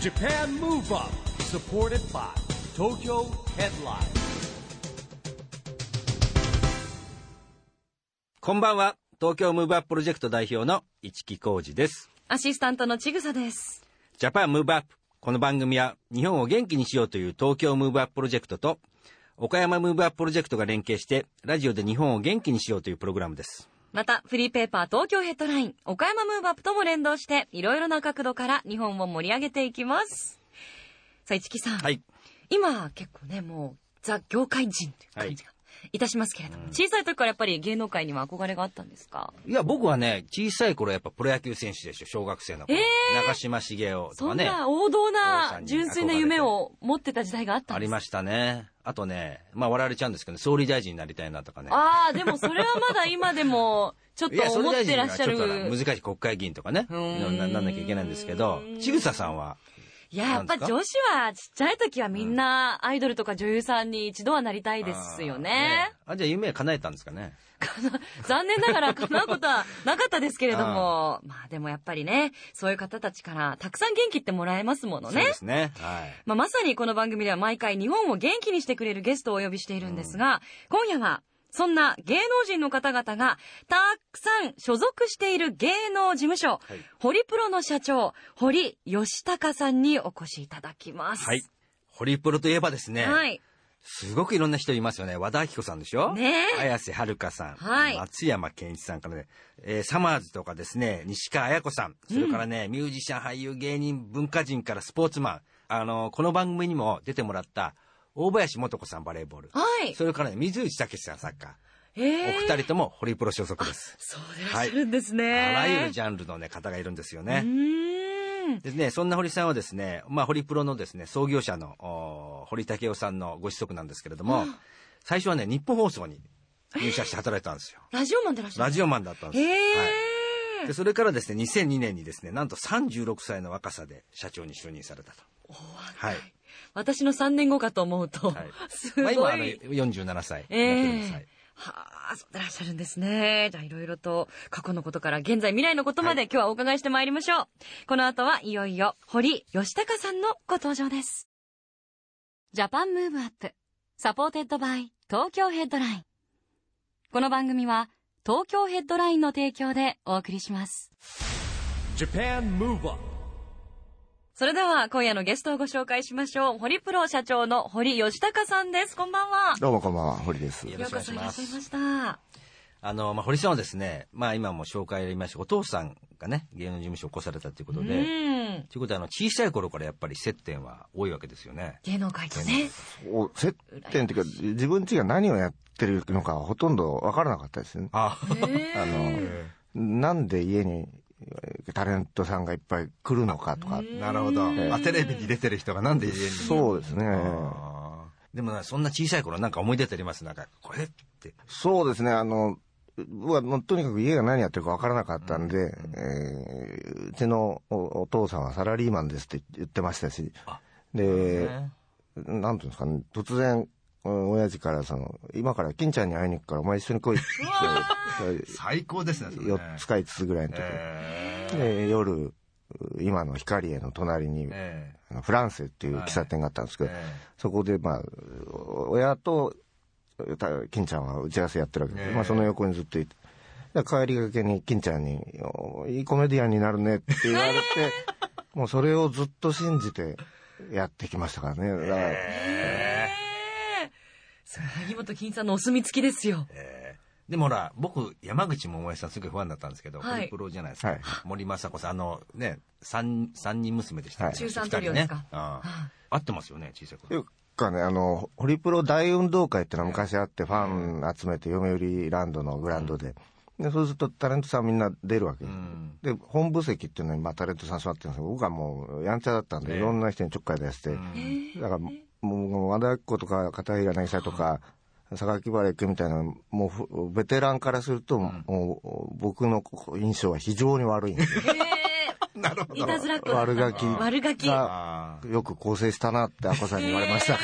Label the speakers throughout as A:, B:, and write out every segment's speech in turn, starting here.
A: JAPAN MOVE UP SUPPORTED BY TOKYO HEADLINE
B: こんばんは。東京ムーブアッププロジェクト代表の市木浩二です。
C: アシスタントのちぐさです。
B: ジャパンムーブアップ。この番組は日本を元気にしようという東京ムーブアッププロジェクトと岡山ムーブアッププロジェクトが連携してラジオで日本を元気にしようというプログラムです。
C: また、フリーペーパー東京ヘッドライン、岡山ムーブアップとも連動して、いろいろな角度から日本を盛り上げていきます。さあ、市木さん。
B: はい。
C: 今、結構ね、もう、ザ・業界人という感じがいたしますけれども、小さい時からやっぱり芸能界には憧れがあったんですか
B: いや、僕はね、小さい頃やっぱプロ野球選手でしょ。小学生の頃。
C: え
B: 中島茂雄と
C: そ
B: か
C: ん
B: ね。
C: な王道
B: 王さ
C: なん
B: に憧れて
C: 純粋な夢を持ってた時代があったん
B: あ
C: で
B: り
C: す
B: ましたね。あとね、まあ笑われちゃうんですけど、総理大臣になりたいなとかね。
C: ああ、でもそれはまだ今でも、ちょっと
B: いや、総理
C: 思っ
B: 大
C: て
B: 臣
C: ら
B: は
C: っし
B: ち
C: ゃ
B: ょっ
C: る
B: と。難しい国会議員とかね。
C: うーん
B: いろんななんなきゃいけないんですけど、ちぐささんはい
C: や、やっぱ女子はちっちゃい時はみんなアイドルとか女優さんに一度はなりたいですよね。
B: あー。あ、じゃあ夢叶えたんですかね。
C: 残念ながら叶うことはなかったですけれども、まあでもやっぱりね、そういう方たちからたくさん元気ってもらえますもの
B: そう
C: ね
B: で。すね。はい。
C: まあ、まさにこの番組では毎回日本を元気にしてくれるゲストをお呼びしているんですが、今夜はそんな芸能人の方々がたくさん所属している芸能事務所、
B: い
C: ホリプロの社長、堀義隆さんにお越しいただきます。
B: はい。ホリプロといえばですね、
C: はい。
B: すごくいろんな人いますよね。和田アキ子さんでしょ
C: ねえ
B: 綾瀬はるかさん、
C: はい
B: 松山ケンイチさんからね、えーサマーズとかですね、西川綾子さん、それからね、ミュージシャン、俳優、芸人、文化人からスポーツマン、あの、この番組にも出てもらった、大林素子さんバレーボール、
C: はい。
B: それからね、水内武さんサッカ
C: え
B: ー、
C: ー
B: お二人ともホリプロ所属です。
C: そうでいらっしゃるんですね。
B: あらゆるジ
C: ゃ
B: ャンルのね、方がいるんですよ
C: う
B: ね。
C: ーん。
B: でね、そんな堀さんはですね、まあ、堀プロのですね、創業者の、お堀武夫さんのご子息なんですけれども、最初はね、日本放送に入社して働いたんですよ。
C: ラジオマンでいらっしゃる
B: ラジオマンだったんです
C: へ
B: よ。
C: え
B: はい。で、それからですね、2002年にですね、なんと36歳の若さで社長に就任されたと。はい。
C: 私の3年後かと思うと、
B: はい
C: すごい。
B: まあ、今、あの、47歳。
C: ええ
B: 42歳
C: はあ、そうでいらっしゃるんですね。じゃあいろいろと過去のことから現在未来のことまで今日はお伺いしてまいりましょう。この後はいよいよ堀義隆さんのご登場です。ジャパンムーブアップサポーテッドバイ東京ヘッドライン。この番組は東京ヘッドラインの提供でお送りします。
A: JAPAN MOVE UP
C: それでは今夜のゲストをご紹介しましょう。堀プロ社長の堀義隆さんです。こんばんは。
D: どうもこんばんは、堀です。
B: よ
C: よ
B: ろ
C: う
B: しくお願い
C: こ
B: し
C: そいら
B: ま
C: っしゃい
B: す
C: ま。した。
B: あの、まあ、堀さんはですね、まあ、今も紹介ありました、お父さんがね、芸能事務所を起こされたということ
C: う
B: で、
C: ん。
B: ということは、あの、小さい頃からやっぱり接点は多いわけですよね。
C: 芸能界とね。
D: お接点というか、自分ちが何をやってるのかほとんどわからなかったですね。
B: ああ。
D: あの、なんで家にえータレントさんがいっぱい来るのかとか。
B: なるほど、あテレビに出てる人がなんで家に
D: そうですね。
B: あーでもなそんな小さい頃なんか思い出てありますなんかこれって
D: そうですね、あの、僕はもうとにかく家が何やってるかわからなかったんで、えーうちのおお父さんはサラリーマンですって言ってましたし
B: あ、
D: で、
B: ね
D: なんていうんですかね、突然、うん親父からその、今から金ちゃんに会いに行くからお前一緒に来いって言って、
B: 最高ですねそれね
D: 4つか5つぐらいの時、
B: え
D: で夜今の光栄の隣に、
B: ーえ
D: あのフランセっていう喫茶店があったんですけ
B: ー
D: ど、
B: え
D: そこでまあお親とた金ちゃんは打ち合わせやってるわけで、
B: ええ
D: まあ、その横にずっといて。で帰りがけに金ちゃんにお「いいコメディアンになるね」って言 われて、もうそれをずっと信じてやってきましたからねだから、
C: ええそれ萩本欽さんのお墨付きですよ。
B: えーでもほら僕山口百恵さんすごいファンだったんですけど、
C: はい
B: ホリプロじゃないですか、
D: はい
B: 森雅子さんあのね三三人娘でしたっけ、
C: はい中三
B: 二人
C: トリオですか
B: ねあー合ってますよね小さい
D: と
B: 頃
D: いうかね、あの、ホリプロ大運動会ってのは昔あって、ファン集めて、嫁売りランドのグラウンドで。で、そうするとタレントさんみんな出るわけです。で、本部席っていうのに、まあ、タレントさん座ってるんですけど、僕はもう、やんちゃだったんで、いろんな人にちょっかい出して、だから、もう、和田アキ子とか、片平渚とか、榊原行くみたいな、もうふ、ベテランからすると、もう、僕の印象は非常に悪いんですよ。
C: ええ
B: なるほ
C: いたずらっ子だった
D: 悪ガキ
C: 悪ガキ。
D: が
B: あー
D: よく構成したなって、アコさんに言 われましたか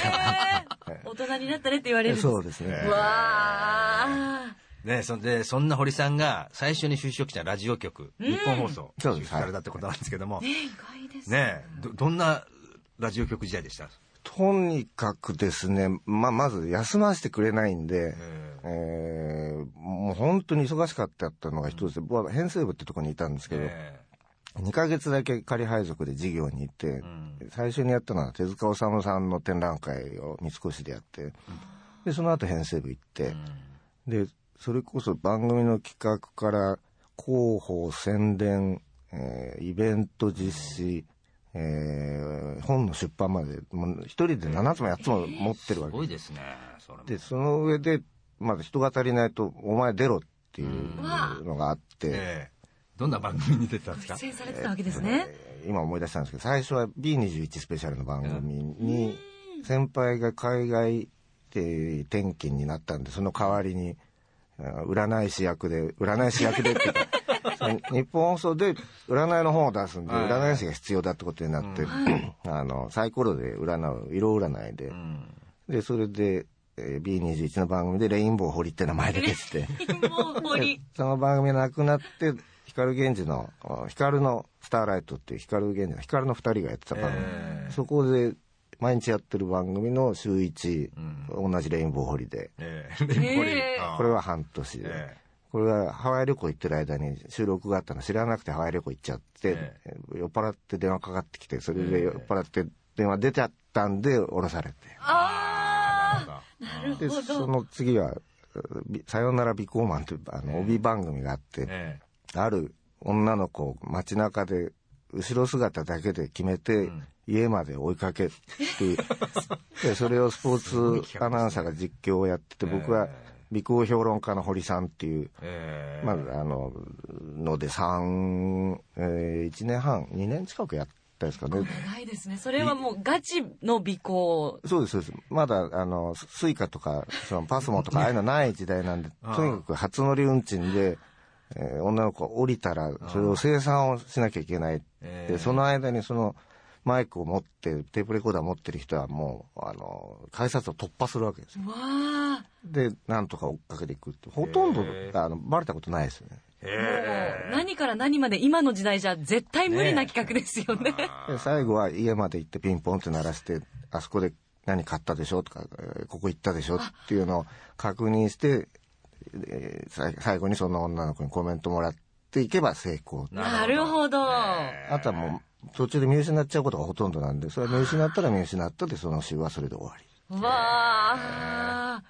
D: ら。
C: 大人になったねって言われるんです。
D: そうですね。
C: わあ。
B: ね、そんでそんな堀さんが最初に就職したラジオ局、日本放送
D: そうで
B: 就
D: す
B: 職されたってことなんですけども、ね
C: 意外です
B: どどんなラジオ局時代でした
D: とにかくですね、まあ、まず休ませてくれないんで、えーもう本当に忙しかったのが一つで、僕は編成部ってとこにいたんですけど、
B: え
D: 2ヶ月だけ仮配属で授業に行って、最初にやったのは手塚治虫さんの展覧会を三越でやって、でその後編成部行って、でそれこそ番組の企画から広報宣伝、えーイベント実施、えー本の出版までもう一人で7つも8つも持ってるわ
B: す
D: け
B: ごいですねそれも
D: でその上でまだ人が足りないと「お前出ろ」っていうのがあって。
B: ええどんな番組に出てたんですか
C: 苦戦されてたわけですね。
D: 今思い出したんですけど最初は B21 スペシャルの番組に先輩が海外で転勤になったんでその代わりにあ占い師役で占い師役でっていうか その日本放送で占いの本を出すんで
B: はい
D: 占い師が必要だってことになって、あのサイコロで占う色占いで、でそれで、えー B21 の番組で「レインボー堀」って名前で出てて。
C: もう森。
D: その番組がなくなって、光源氏の、あ光のスターライトっていう光源氏の光の二人がやってた番組。そこで、毎日やってる番組の週一、同じレインボーホリデ
B: ええレインボーリー
C: ええ
B: あ
D: ー。
B: あ
D: これは半年で。
B: え
D: これはハワイ旅行行ってる間に収録があったの知らなくてハワイ旅行行っちゃって、酔っ払って電話かかってきて、それで酔っ払って電話出ちゃったんで降ろされて。
C: ああ。なる
D: で、
C: ほ
D: そ
C: ど。
D: の次は、びさよなら尾行マンというあの帯番組があって、
B: え
D: ある女の子を街中で後ろ姿だけで決めて、家まで追いかけて、 でそれをスポーツアナウンサーが実況をやってて、僕は美行評論家の堀さんっていう、
B: ええ
D: まあ、あの、ので3、え1年半、2年近くやったですかね。
C: 長いですね。それはもうガチの尾行。
D: そうです、そうです。まだ、あの、ススイカとか、そのパスモとか、ああいうのない時代なんで、とにかく初乗り運賃で、えー女の子が降りたら、それを生産をしなきゃいけない。
B: え
D: で、その間にその、マイクを持って、テープレコーダー持ってる人はもう、あの、改札を突破するわけですよ。
C: わあ。
D: で、なんとか追っかけていくって、ほとんど、あの、バレたことないですよね。
C: もう何から何まで今の時代じゃ絶対無理な企画ですよね。
D: で最後は家まで行ってピンポンって鳴らして、あそこで何買ったでしょとか、えーここ行ったでしょっていうのを確認して、えーさい最後にその女の子にコメントもらっていけば成功。
C: なるほど。
D: あとはもう途中で見失っちゃうことがほとんどなんで、それは見失ったら見失ったで、その週はそれで終わり。
C: わあ。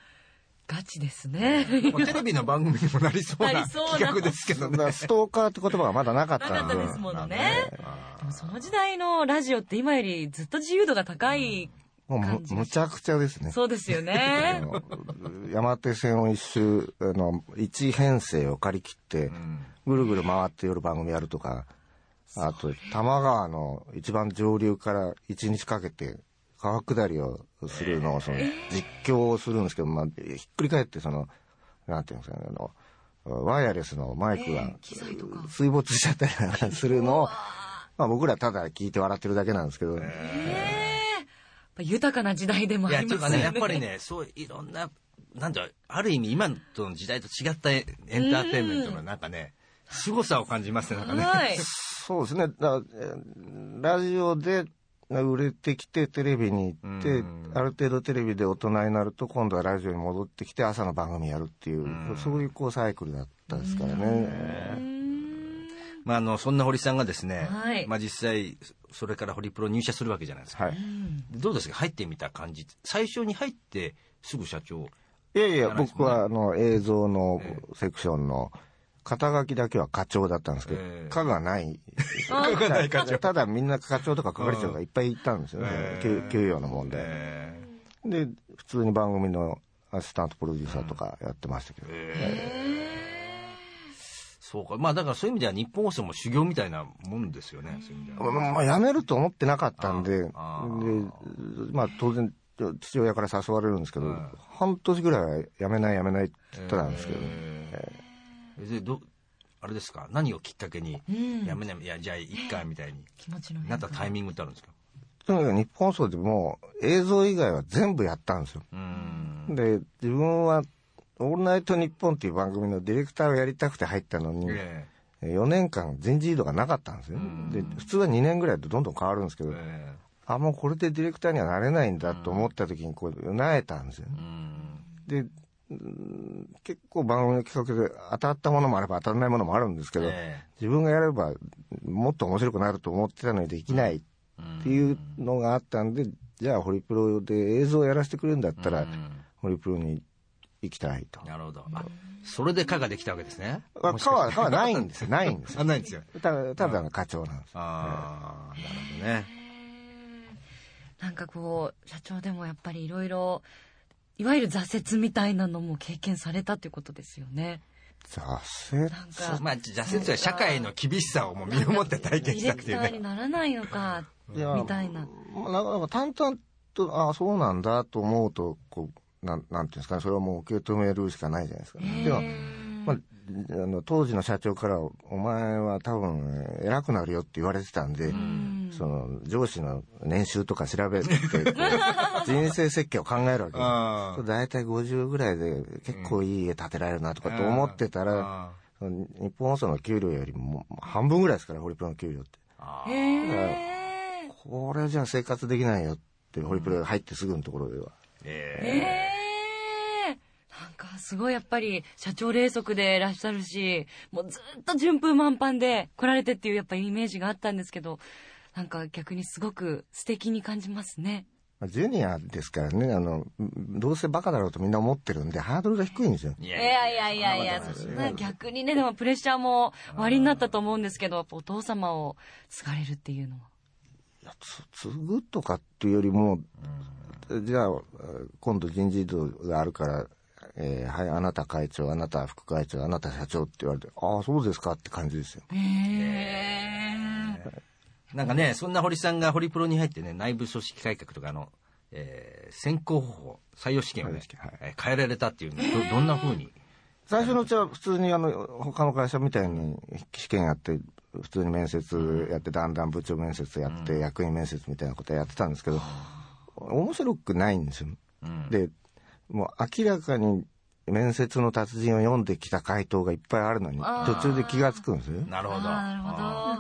C: ガチですね。
B: まあテレビの番組にもなりそう
C: な
B: な
C: り そうな
B: 企画ですけど
D: だか
B: ね
D: らストーカーって言葉がまだなかっ
C: なか
D: た
C: っ
D: ん
C: た
D: で、
C: ですものね。でもその時代のラジオって今よりずっと自由度が高い
D: もうむ
C: 感じが
D: むちゃくちゃですね。
C: そうで すよ
D: あ
C: ね。
D: の山手線を一周あの一編成を借り切って、ぐるぐる回って夜番組やるとかあと多摩川の一番上流から一日かけて川下りをするのをその実況をするんですけど、まあ、ひっくり返ってそのなんていうんですかねあのワイヤレスのマイクが
C: 機材とか
D: 水没しちゃったりなんかするのを、まあ、僕らただ聞いて笑ってるだけなんですけど、
C: やっぱ豊かな時代でもあ
B: いや
C: り
B: ちょ
C: ま
B: っ
C: す
B: と
C: よね。
B: ねやっぱりねそういろんななんだある意味今との時代と違ったエエンターテインメントのなんかね凄さを感じますねなんかね、
C: はい。
D: そうですね。だえーラジオで売れてきてテレビに行って、ある程度テレビで大人になると今度はラジオに戻ってきて朝の番組やるっていう、そういうこうサイクルだったですからね。
B: まあ、あのそんな堀さんがですね、
C: はい
B: まあ、実際それからホリプロ入社するわけじゃないですか、
D: はい。
B: どうですか入ってみた感じ最初に入ってすぐ社長
D: いや
B: い
D: いや、
B: ですね
D: 僕はあの映像のセクションの肩書きだけは課長だったんですけど
B: ええ、
D: 課がない。
C: あ
D: 課がない課長。ただみんな課長とか係長がいっぱいいたんですよね。給給与の問題。
B: え
D: で、普通に番組のアシスタントプロデューサーとかやってましたけど。
B: ーそうかまあだからそういう意味では日本放送も修行みたいなもんですよねそういう意味では
D: ままあ、辞めると思ってなかったんで、で
B: あ
D: まあ、当然、父親から誘われるんですけど、半年ぐらいは辞めない、辞めないって言ってたんですけど、
B: でどあれですか何をきっかけにやめないいやじゃあいっかみたいに
C: 気持ちの
B: な
C: 変
B: った
C: 化。
B: タイミングってあるんですか
D: とにかく日本放送でもう映像以外は全部やったんですよ。
B: うん
D: で、自分はオールナイトニッポン」っていう番組のディレクターをやりたくて入ったのに、
B: え
D: 4年間全自移動がなかったんですよ、で普通は2年ぐらいでどんどん変わるんですけど、
B: ええ
D: あもうこれでディレクターにはなれないんだと思った時にこうなえたんですよね、
B: えうん
D: でうん結構番組の企画で当たったものもあれば当たらないものもあるんですけど、
B: え
D: 自分がやればもっと面白くなると思ってたのにできないっていうのがあったんで、じゃあホリプロで映像をやらせてくれるんだったら、
B: うん
D: ホリプロに行きたいと。
B: なるほどあそれで課ができたわけですね
D: まあ、かは、かはないんですよ。ないんですよ。
B: あないんですよ
D: たただの課長なんです。
B: ああなるほどね
C: なんかこう、社長でもやっぱりいろいろ、いわゆる挫折みたいなのも経験されたということですよね。
D: 挫折。
C: なんか、
B: まあ挫折は社会の厳しさをもう身をもって体
C: デ
B: 験し
C: ィ
B: た
C: レ
B: っ
C: ク
B: ていう
C: ター
B: ね
C: にならないのか、
D: いや
C: みたいな。
D: まあ、なんか淡々と、ああ、そうなんだと思うと、こう、なん、なんていうんですかね、それはもう受け止めるしかないじゃないですか。でも、まあ、あの、当時の社長から、お前は多分、偉くなるよって言われてたんで、その、上司の年収とか調べて、こう人生設計を考えるわけです。
B: あ
D: そう大体50ぐらいで結構いい家建てられるなとかと思ってたら、
B: あ
D: その日本放送の給料よりも半分ぐらいですから、ホリプロの給料って。
B: あ
C: へ
B: ー
C: え。
D: これじゃ生活できないよって、ホリプロ入ってすぐのところでは。
B: え
C: ええなんかすごいやっぱり社長冷則でいらっしゃるし、もうずっと順風満帆で来られてっていうやっぱイメージがあったんですけど、なんか逆にすごく素敵に感じますね。
D: まあジュニアですからね、あの、どうせバカだろうとみんな思ってるんで、ハードルが低いんですよ。
B: えい
C: い
B: やいや
C: やいやいやいや、そんな逆にね、でもプレッシャーもおありになったと思うんですけど、やっぱお父様を継がれるっていうのは。
D: つ継ぐとかっていうよりも、じゃあ、今度人事異動があるから、えーはい、あなた会長、あなた副会長、あなた社長って言われて、ああ、そうですかって感じですよ。
C: へえ。
B: なんかねそんな堀さんがホリプロに入ってね内部組織改革とかあの、えー選考方法採用試験をね
D: 採用試験はい
B: えー変えられたっていうのどどんな風に
D: 最初のうちは普通にあの他の会社みたいに試験やって普通に面接やってだんだん部長面接やって役員面接みたいなことやってたんですけど面白くないんですよ。でもう明らかに面接の達人を読んできた回答がいっぱいあるのに途中で気がつくんですよね。
B: なるほど
C: なる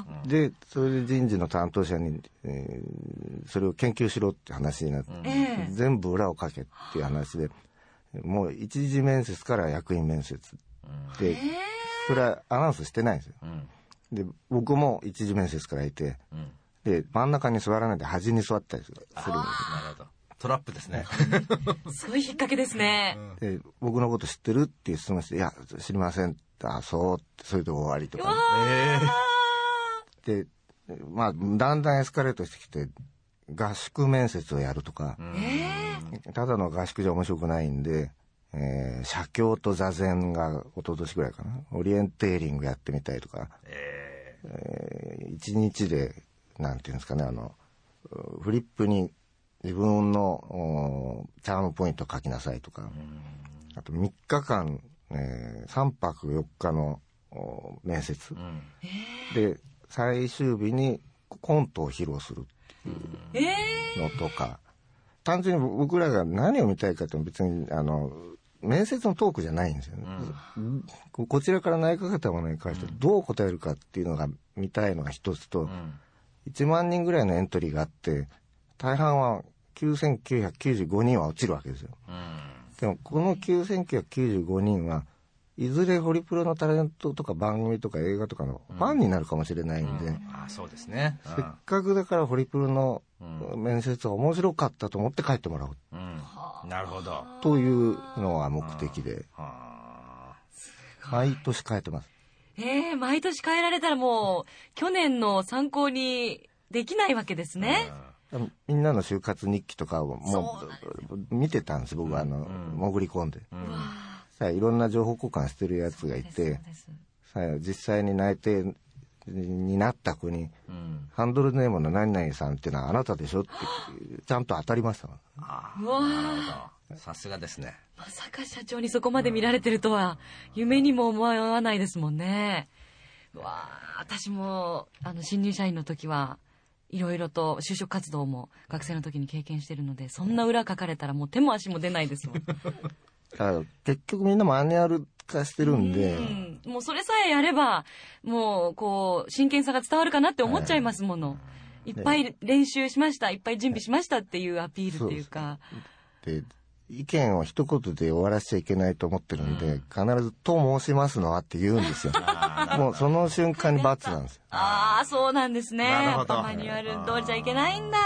C: ほど。
D: でそれで人事の担当者に、えーそれを研究しろって話になって、
C: ええ
D: 全部裏をかけっていう話でもう一次面接から役員面接で、それはアナウンスしてないんですよ、で僕も一次面接からいて、で真ん中に座らないで端に座ったりするするんです
B: なるほどトラップですね
C: すごい引っ掛けですね。
D: で僕のこと知ってるっていう質問して「いや知りません」あそうってそれで終わりとかでまあだんだんエスカレートしてきて合宿面接をやるとか、ただの合宿じゃ面白くないんで、えー写経と座禅が一昨年ぐらいかなオリエンテーリングやってみたいとか、
B: えー
D: えー一日でなんていうんですかねあのうフリップに自分のおーチャームポイント書きなさいとかあと3日間、え3泊4日のお面接、で最終日にコントを披露する
C: ええ
D: のとか単純に僕らが何を見たいかって別にあの面接のトークじゃないんですよね、ここちらから内閣方もに関してどう答えるかっていうのが見たいのが一つと、1万人ぐらいのエントリーがあって大半は9995人は落ちるわけですよ、でもこの9995人はいずれホリプロのタレントとか番組とか映画とかのファンになるかもしれないんで、
B: あそうですね
D: せっかくだからホリプロの面接は面白かったと思って帰ってもらおう
B: うんなるほど
D: というのは目的で、毎年変えてます。
C: ええ毎年変えられたらもう、去年の参考にできないわけですね。
D: みんなの就活日記とかをもう見てたんです、僕はあの、潜り込んで。さあいろんな情報交換してるやつがい
C: そう
D: て、
C: です
D: さあ実際に内定になった子に、ハンドルネームの何々さんっていうのはあなたでしょって、ちゃんと当たりましたもん
C: うわ
B: なる
C: あ
B: ほどさすがですね
C: まさか社長にそこまで見られてるとは、夢にも思わないですもんね。うわあ私も、あの、新入社員の時は、いろいろと就職活動も学生の時に経験してるので、そんな裏書かれたらもう手も足も出ないですもん。
D: だから結局みんなマニュアル化してるんで、
C: うんもうそれさえやれば、もうこう、真剣さが伝わるかなって思っちゃいますもの。いっぱい練習しました、いっぱい準備しましたっていうアピールっていうか。
D: で意見を一言で終わらせちゃいけないと思ってるんで、必ず「と申しますのは」って言うんですよもうその瞬間に罰なんですよ
C: ああ、そうなんですね。
B: なる
C: や
B: ほ
C: っ
B: ど
C: ぱマニュアル通りじゃいけないんだ。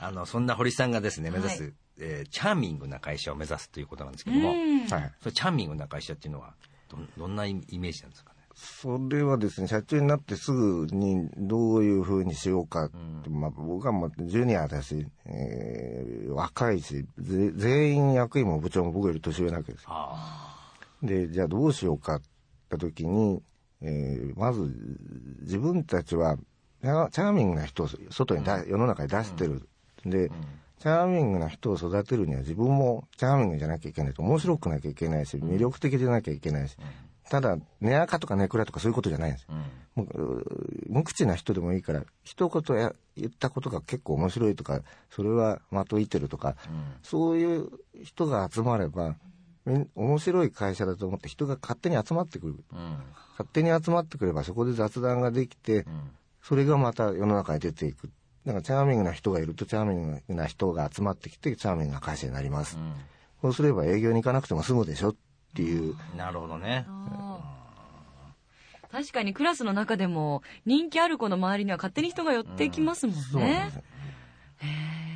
B: あの、そんな堀さんがですね、目指す、
C: は
B: えーチャーミングな会社を目指すということなんですけ
C: う
B: ども、
C: ん。
D: はい
B: それチャーミングな会社っていうのは、どん、どんなイイメージなんですかね。
D: それはですね、社長になってすぐにどういうふうにしようかって、まあ、僕はもうジュニアだし、えー若いし、ぜ全員役員も部長も僕より年上なわけですよ。
B: あ
D: で、じゃあどうしようかって時に、えーまず自分たちはチャチャーミングな人を外にだ、世の中に出してる。で、チャーミングな人を育てるには自分もチャーミングじゃなきゃいけないと面白くなきゃいけないし魅力的でなきゃいけないし、ただ根垢とか根暗とかそういうことじゃないんです、もうう無口な人でもいいから一言や言ったことが結構面白いとかそれはまといてるとか、そういう人が集まればみん面白い会社だと思って人が勝手に集まってくる、勝手に集まってくればそこで雑談ができて、それがまた世の中に出ていくだからチャーミングな人がいるとチャーミングな人が集まってきてチャーミングな会社になります、そうすれば営業に行かなくても済むでしょっていう、
B: あ、なるほどね。
C: 確かにクラスの中でも人気ある子の周りには勝手に人が寄ってきますもんね。
D: そうなんですよ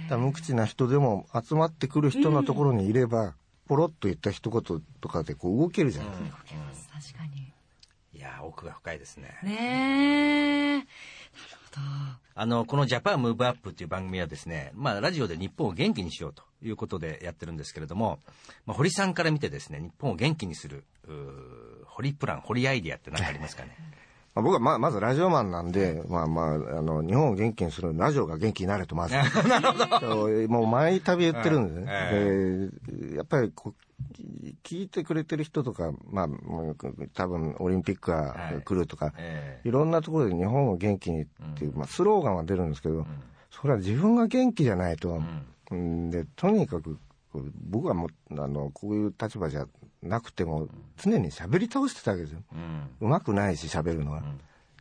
D: だから無口な人でも集まってくる人のところにいれば、ポロッと言った一言とかでこう動けるじゃないですか、
C: 動けます確かに。
B: いやー、奥が深いですね。
C: ねえ。なるほ
B: あの、このジャパンムーブアップっていう番組はですね、まあ、ラジオで日本を元気にしようということでやってるんですけれども、まあ、堀さんから見てですね、日本を元気にする、うー堀プラン、堀アイディアって何かありますか ね。
D: まあ、僕はまあまずラジオマンなんで、まあまあ、あの日本を元気にするのにラジオが元気 になれとまずそうもう毎旅言ってるんですね、でやっぱりこう聞いてくれてる人とか、まあ、もう多分オリンピックが来るとか、
B: え
D: いろんなところで日本を元気にっていう、まあ、スローガンは出るんですけど、それは自分が元気じゃないと、うん、でとにかくこう僕はもうあのこういう立場じゃなくても常に喋り倒してたわけですよ、
B: えうん。
D: うまくないし喋るのは、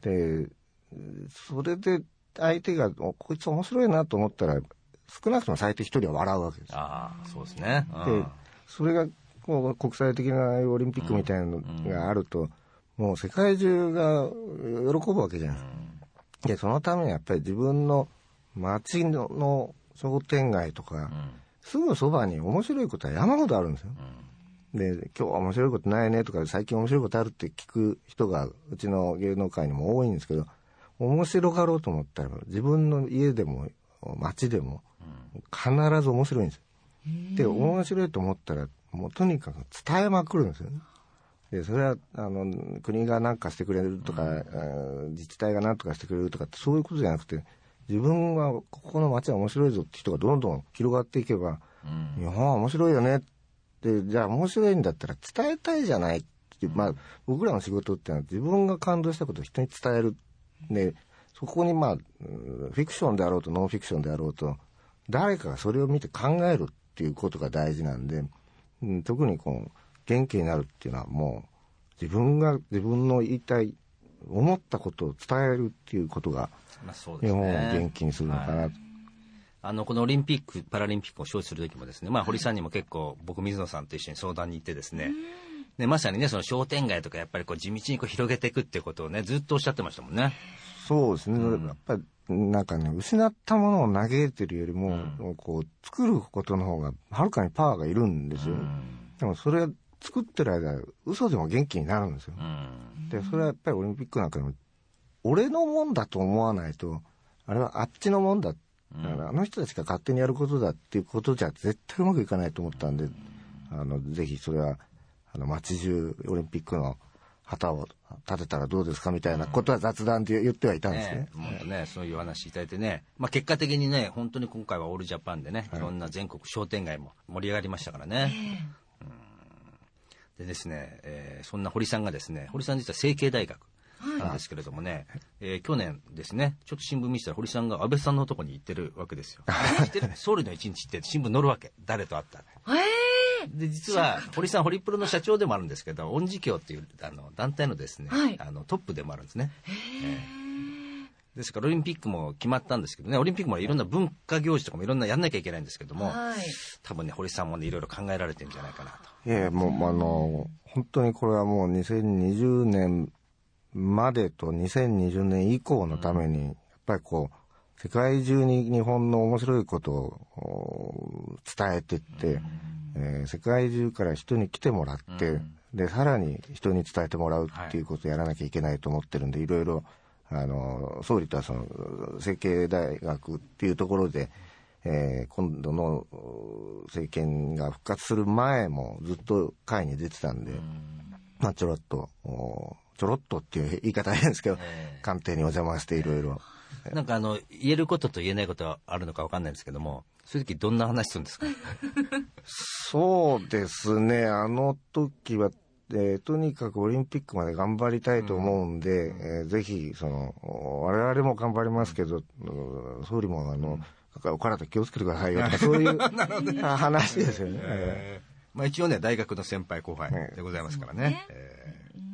D: でそれで相手がおこいつ面白いなと思ったら少なくとも最低一人は笑うわけですよ
B: ああ、そうですね。う
D: で
B: ん
D: それがこう国際的なオリンピックみたいなのがあると、もう世界中が喜ぶわけじゃないですか、でそのためにやっぱり自分の街のの商店街とか、すぐそばに面白いことは山ほどあるんですよ、で今日は面白いことないねとか最近面白いことあるって聞く人がうちの芸能界にも多いんですけど面白がろうと思ったら自分の家でも街でも必ず面白いんですよで面白いと思ったらもうとにかく伝えまくるんですよねでそれはあの国が何かしてくれるとか、あー自治体が何とかしてくれるとかってそういうことじゃなくて自分はここの街は面白いぞって人がどんどん広がっていけば、日本は面白いよねってじゃあ面白いんだったら伝えたいじゃないって、まあ、僕らの仕事ってのは自分が感動したことを人に伝えるでそこにまあうんフィクションであろうとノンフィクションであろうと誰かがそれを見て考えるっていうことが大事なんで、うん、特にこう元気になるっていうのはもう自分が自分の言いたい思ったことを伝えるっていうことが
B: まあ、そうで
D: 日
B: すね。
D: 本を元気にするのかな、
B: あの、このオリンピック、パラリンピックを招致する時もですね、まあ、堀さんにも結構、僕、水野さんと一緒に相談に行ってですね、でまさにね、その商店街とか、やっぱりこう、地道にこう広げていくっていうことをね、ずっとおっしゃってましたもんね。
D: そうですね、やっぱりなんかね失ったものを嘆いてるよりも、こう作ることの方がはるかにパワーがいるんですよ、でもそれ作ってる間嘘でも元気になるんですよ、
B: うん。
D: でそれはやっぱりオリンピックなんかでも俺のもんだと思わないとあれはあっちのもんだだからあの人たちが勝手にやることだっていうことじゃ絶対うまくいかないと思ったんで、あのぜひそれはあの街中オリンピックの旗を立てたらどうですかみたいなことは雑談で言ってはいたんですね
B: ね、。本当ね、そういうお話いただいてね、まあ、結果的にね、本当に今回はオールジャパンでね、いろんな全国商店街も盛り上がりましたからね。うんでですね、えーそんな堀さんがですね、堀さん実は成蹊大学なんですけれどもね、えー去年ですね、ちょっと新聞見せたら堀さんが安倍さん のとこに行ってるわけですよ。知ってる総理の一日って新聞載るわけ、誰と会ったって
C: ど。え
B: で実は堀さんホリプロの社長でもあるんですけど恩慈協っていうあの団体のですね、
C: はい
B: あのトップでもあるんですね。ええですからオリンピックも決まったんですけどねオリンピックもいろんな文化行事とかもいろんなやんなきゃいけないんですけども、
C: はい
B: 多分ね堀さんもねいろいろ考えられてるんじゃないかなと。
D: いやもう、あの、本当にこれはもう2020年までと2020年以降のために、やっぱりこう、世界中に日本の面白いことをお伝えていって、えー世界中から人に来てもらって、で、さらに人に伝えてもらうっていうことをやらなきゃいけないと思ってるんで、いろいろ、あの、総理とはその、成蹊大学っていうところで、えー今度のお政権が復活する前もずっと会に出てたんで、まあちょろっと、おちょろっとっていう言い方は変ですけど、官邸にお邪魔していろいろ。
B: なんかあの言えることと言えないことはあるのかわかんないんですけどもそういう時どんな話するんですか
D: そうですね、あの時は、えーとにかくオリンピックまで頑張りたいと思うんで、えーぜひその、お我々も頑張りますけど、うん総理もあの、お体気をつけてくださいよとか、そう いうあ話ですよね。え
B: まあ一応ね大学の先輩後輩でございますからね。えー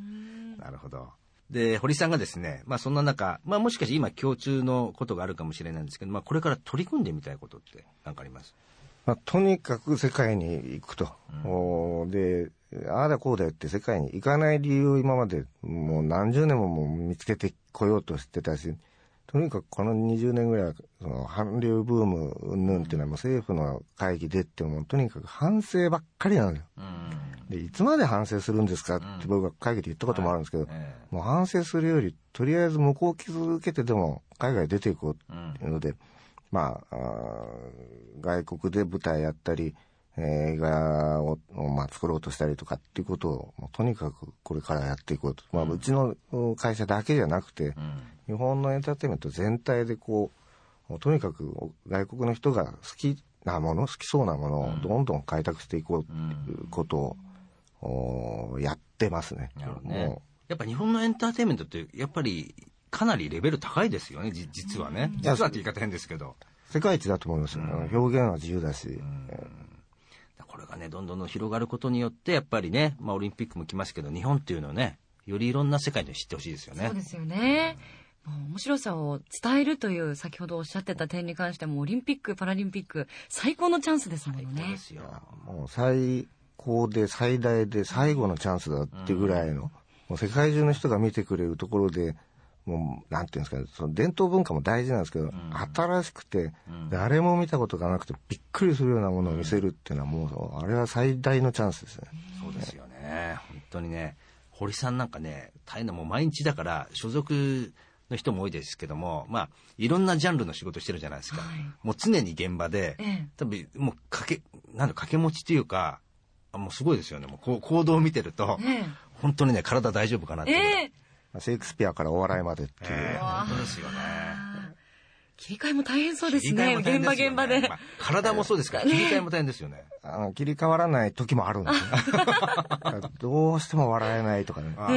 B: なるほど。で堀さんがですね、まあ、そんな中、まあ、もしかして今共通のことがあるかもしれないんですけど、まあ、これから取り組んでみたいことって何かあります
D: ーまあ、とにかく世界に行くと。おーで、ああだこうだ言って世界に行かない理由を今までもう何十年ももう見つけてこようとしてたし、とにかくこの20年ぐらいは、その、韓流ブーム、うんぬんっていうのはもう政府の会議でっても、とにかく反省ばっかりなんですよ。で、いつまで反省するんですかって僕が会議で言ったこともあるんですけど、もう反省するより、とりあえず向こうを傷つけてでも海外出ていこうっていうので、まあ、あー外国で舞台やったり、えー映画を、まあ、作ろうとしたりとかっていうことを、もうとにかくこれからやっていこうと。まあ、うちのうん会社だけじゃなくて、日本のエンターテインメント全体でこう、とにかく外国の人が好きなもの、好きそうなものをどんどん開拓していこうっていうことを、おーやってますね。も
B: やっぱ日本のエンターテインメントってやっぱりかなりレベル高いですよねじ実はね実はって言い方変ですけど
D: う世界一だと思いますよ。表現は自由だし、えー
B: これがねどんどんどん広がることによってやっぱりね、まあ、オリンピックも来ますけど日本っていうのをねよりいろんな世界で知ってほしいですよね
C: そうですよね。もう面白さを伝えるという先ほどおっしゃってた点に関してもオリンピック・パラリンピック最高のチャンスですもん
B: そうで
C: ね。
B: すよ
D: もう最高で最大で最後のチャンスだっていうぐらいの、もう世界中の人が見てくれるところで、もう、なんていうんですかね、その伝統文化も大事なんですけど、新しくて、誰も見たことがなくてびっくりするようなものを見せるっていうのはもう、あれは最大のチャンスですね。
B: そうですよね。本当にね、堀さんなんかね、大変な、もう毎日だから、所属の人も多いですけども、まあ、いろんなジャンルの仕事してるじゃないですか。
C: はい
B: もう常に現場で
C: ええ、
B: 多分、もう掛け、なんだ、掛け持ちというか、あもうすごいですよね。もうこう行動を見てると、
C: ええ
B: 本当にね、体大丈夫かなっていうぐらい。
C: ええ
D: まあシェイクスピアからお笑いまでっていう。
B: ええ本当ですよね。
C: 切り替えも大変そうです
B: 切り替
C: ね。
B: えも大変
C: 現場
B: ですよね
C: 現場で。
B: まあ体もそうですから、切り替えも大変ですよね。
D: あの切り替わらない時もあるんですよだ からどうしても笑えないとかね。
B: あー
C: え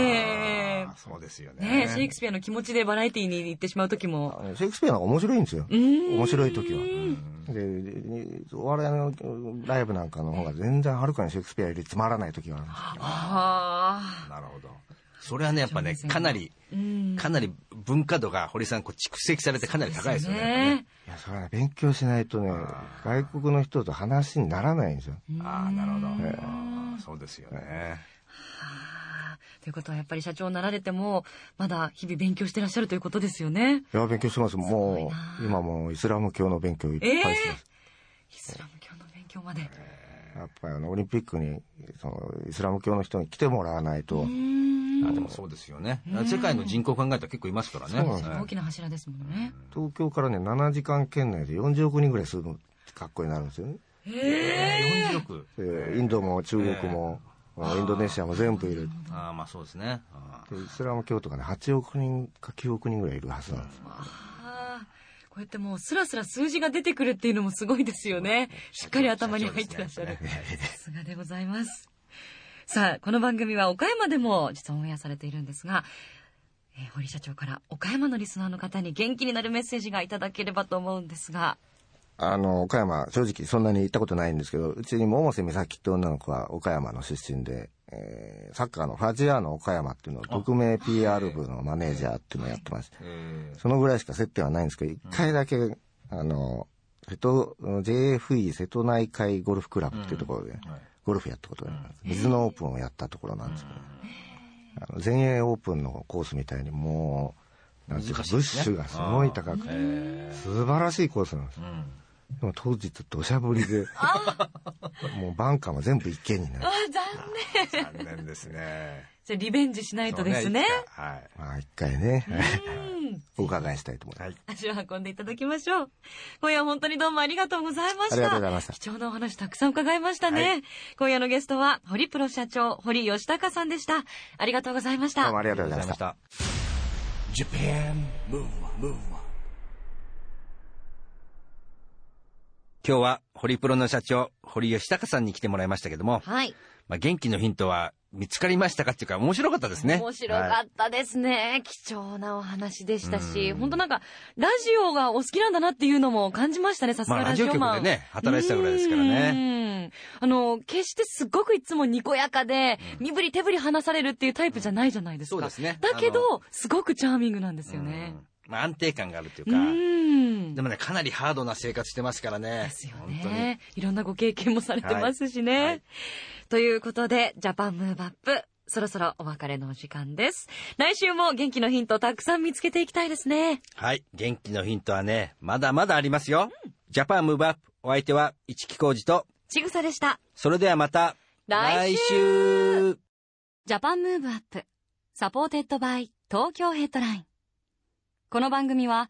C: え
B: そうですよね。
C: ねえシェイクスピアの気持ちでバラエティーに行ってしまう時も。
D: あのシェイクスピアの方が面白いんですよ。面白い時は。で、お笑いのライブなんかの方が全然はるかにシェイクスピアよりつまらない時があるんですよ
C: ああ。
B: なるほど。それはね、やっぱね、
C: そうですよね
B: かなり、かなり文化度が堀さん、こう蓄積されてかなり高いですよね。やっぱね
D: いや、それはね、勉強しないとね、外国の人と話にならないんですよ。
B: ああ、なるほど。あーそうですよね。
C: ということはやっぱり社長になられてもまだ日々勉強してらっしゃるということですよね。
D: いや、勉強してます。もう、今もうイスラム教の勉強いっぱいしてます。
C: イスラム教の勉強まで。
D: やっぱりあの、オリンピックに、その、イスラム教の人に来てもらわない
B: あ
D: と、
B: でもそうですよね。世界の人口を考えたら結構いますからね。
D: そうなんです
B: は
C: 大きな柱ですもんね。
D: 東京からね、7時間圏内で40億人ぐらい住む格好になるんですよね。
B: い40億。
D: でインドも中国も、インドネシアも全部いる。
B: ああ、まあそうですね。あ
D: でイスラム教とかね、8億人か9億人ぐらいいるはずなんですよ。
C: ああ、こうやってもうスラスラ数字が出てくるっていうのもすごいですよね。しっかり頭に入ってらっしゃる。さすがでございます。さあ、この番組は岡山でも実はオンエアされているんですが、えー堀社長から岡山のリスナーの方に元気になるメッセージがいただければと思うんですが、
D: あの、岡山、正直そんなに行ったことないんですけど、うちにも百瀬美咲って女の子は岡山の出身で、えーサッカーのファジアーノ岡山っていうのを特命 PR 部のマネージャーっていうのをやってます。 そのぐらいしか接点はないんですけど、一回だけ、あの、瀬戸、JFE 瀬戸内海ゴルフクラブっていうところで、ゴルフやったことがあります。水のオープンをやったところなんですけど、あの全英オープンのコースみたいにもう、なんていうか、ブッシュがすごい高くて、素晴らしいコースなんです。でも当日土砂降りで、もうバンカーも全部池になる。
B: 残念ですね。
C: じゃあリベンジしないとですね。
B: そうはい。
D: まあ一回ね、 お伺いしたいと思います。
C: 足を運んでいただきましょう。今夜は本当にどうもありがとうございました。
D: ありがとうございました
C: 貴重なお話たくさん伺いましたね。今夜のゲストは、堀プロ社長、堀吉高さんでした。ありがとうございました。
D: どうもありがとうございまし
B: た。
D: た。
A: Japan Move Up, Move Up.
B: 今日は、ホリプロの社長、堀吉高さんに来てもらいましたけども、
C: はい。
B: まあ、元気のヒントは見つかりましたかっていうか、面白かったですね。
C: 面白か
B: はい
C: ったですね。貴重なお話でしたし、本当なんか、ラジオがお好きなんだなっていうのも感じましたね、さす
B: ま
C: が
B: あ、
C: ラ
B: ラ
C: ジ
B: ジ
C: オ
B: オ
C: マン。
B: 局でね、働いてたぐらいですからね。
C: ね。あの、決してすごくいつもにこやかで、身振り手振り話されるっていうタイプじゃないじゃないですか。
B: そうですね
C: だけ
B: あ
C: ど、すごくチャーミングなんですよね。
B: まあ、安定感があるという
C: う
B: か、
C: ん。
B: でもね、かなりハードな生活してますからね。
C: ですよ
B: 本当に。
C: ね。いろんなご経験もされてますしね。
B: はいはい
C: ということで、ジャパンムーバップ、そろそろお別れのお時間です。来週も元気のヒントをたくさん見つけていきたいですね。
B: はい。元気のヒントはね、まだまだありますよ。ジャパンムーブアップ、お相手は、市木浩二と、
C: ちぐさでした。
B: それではまた、
C: 来
B: 週
C: ジャパンムーブアップサポーテッドバイ東京ヘッドラインこの番組は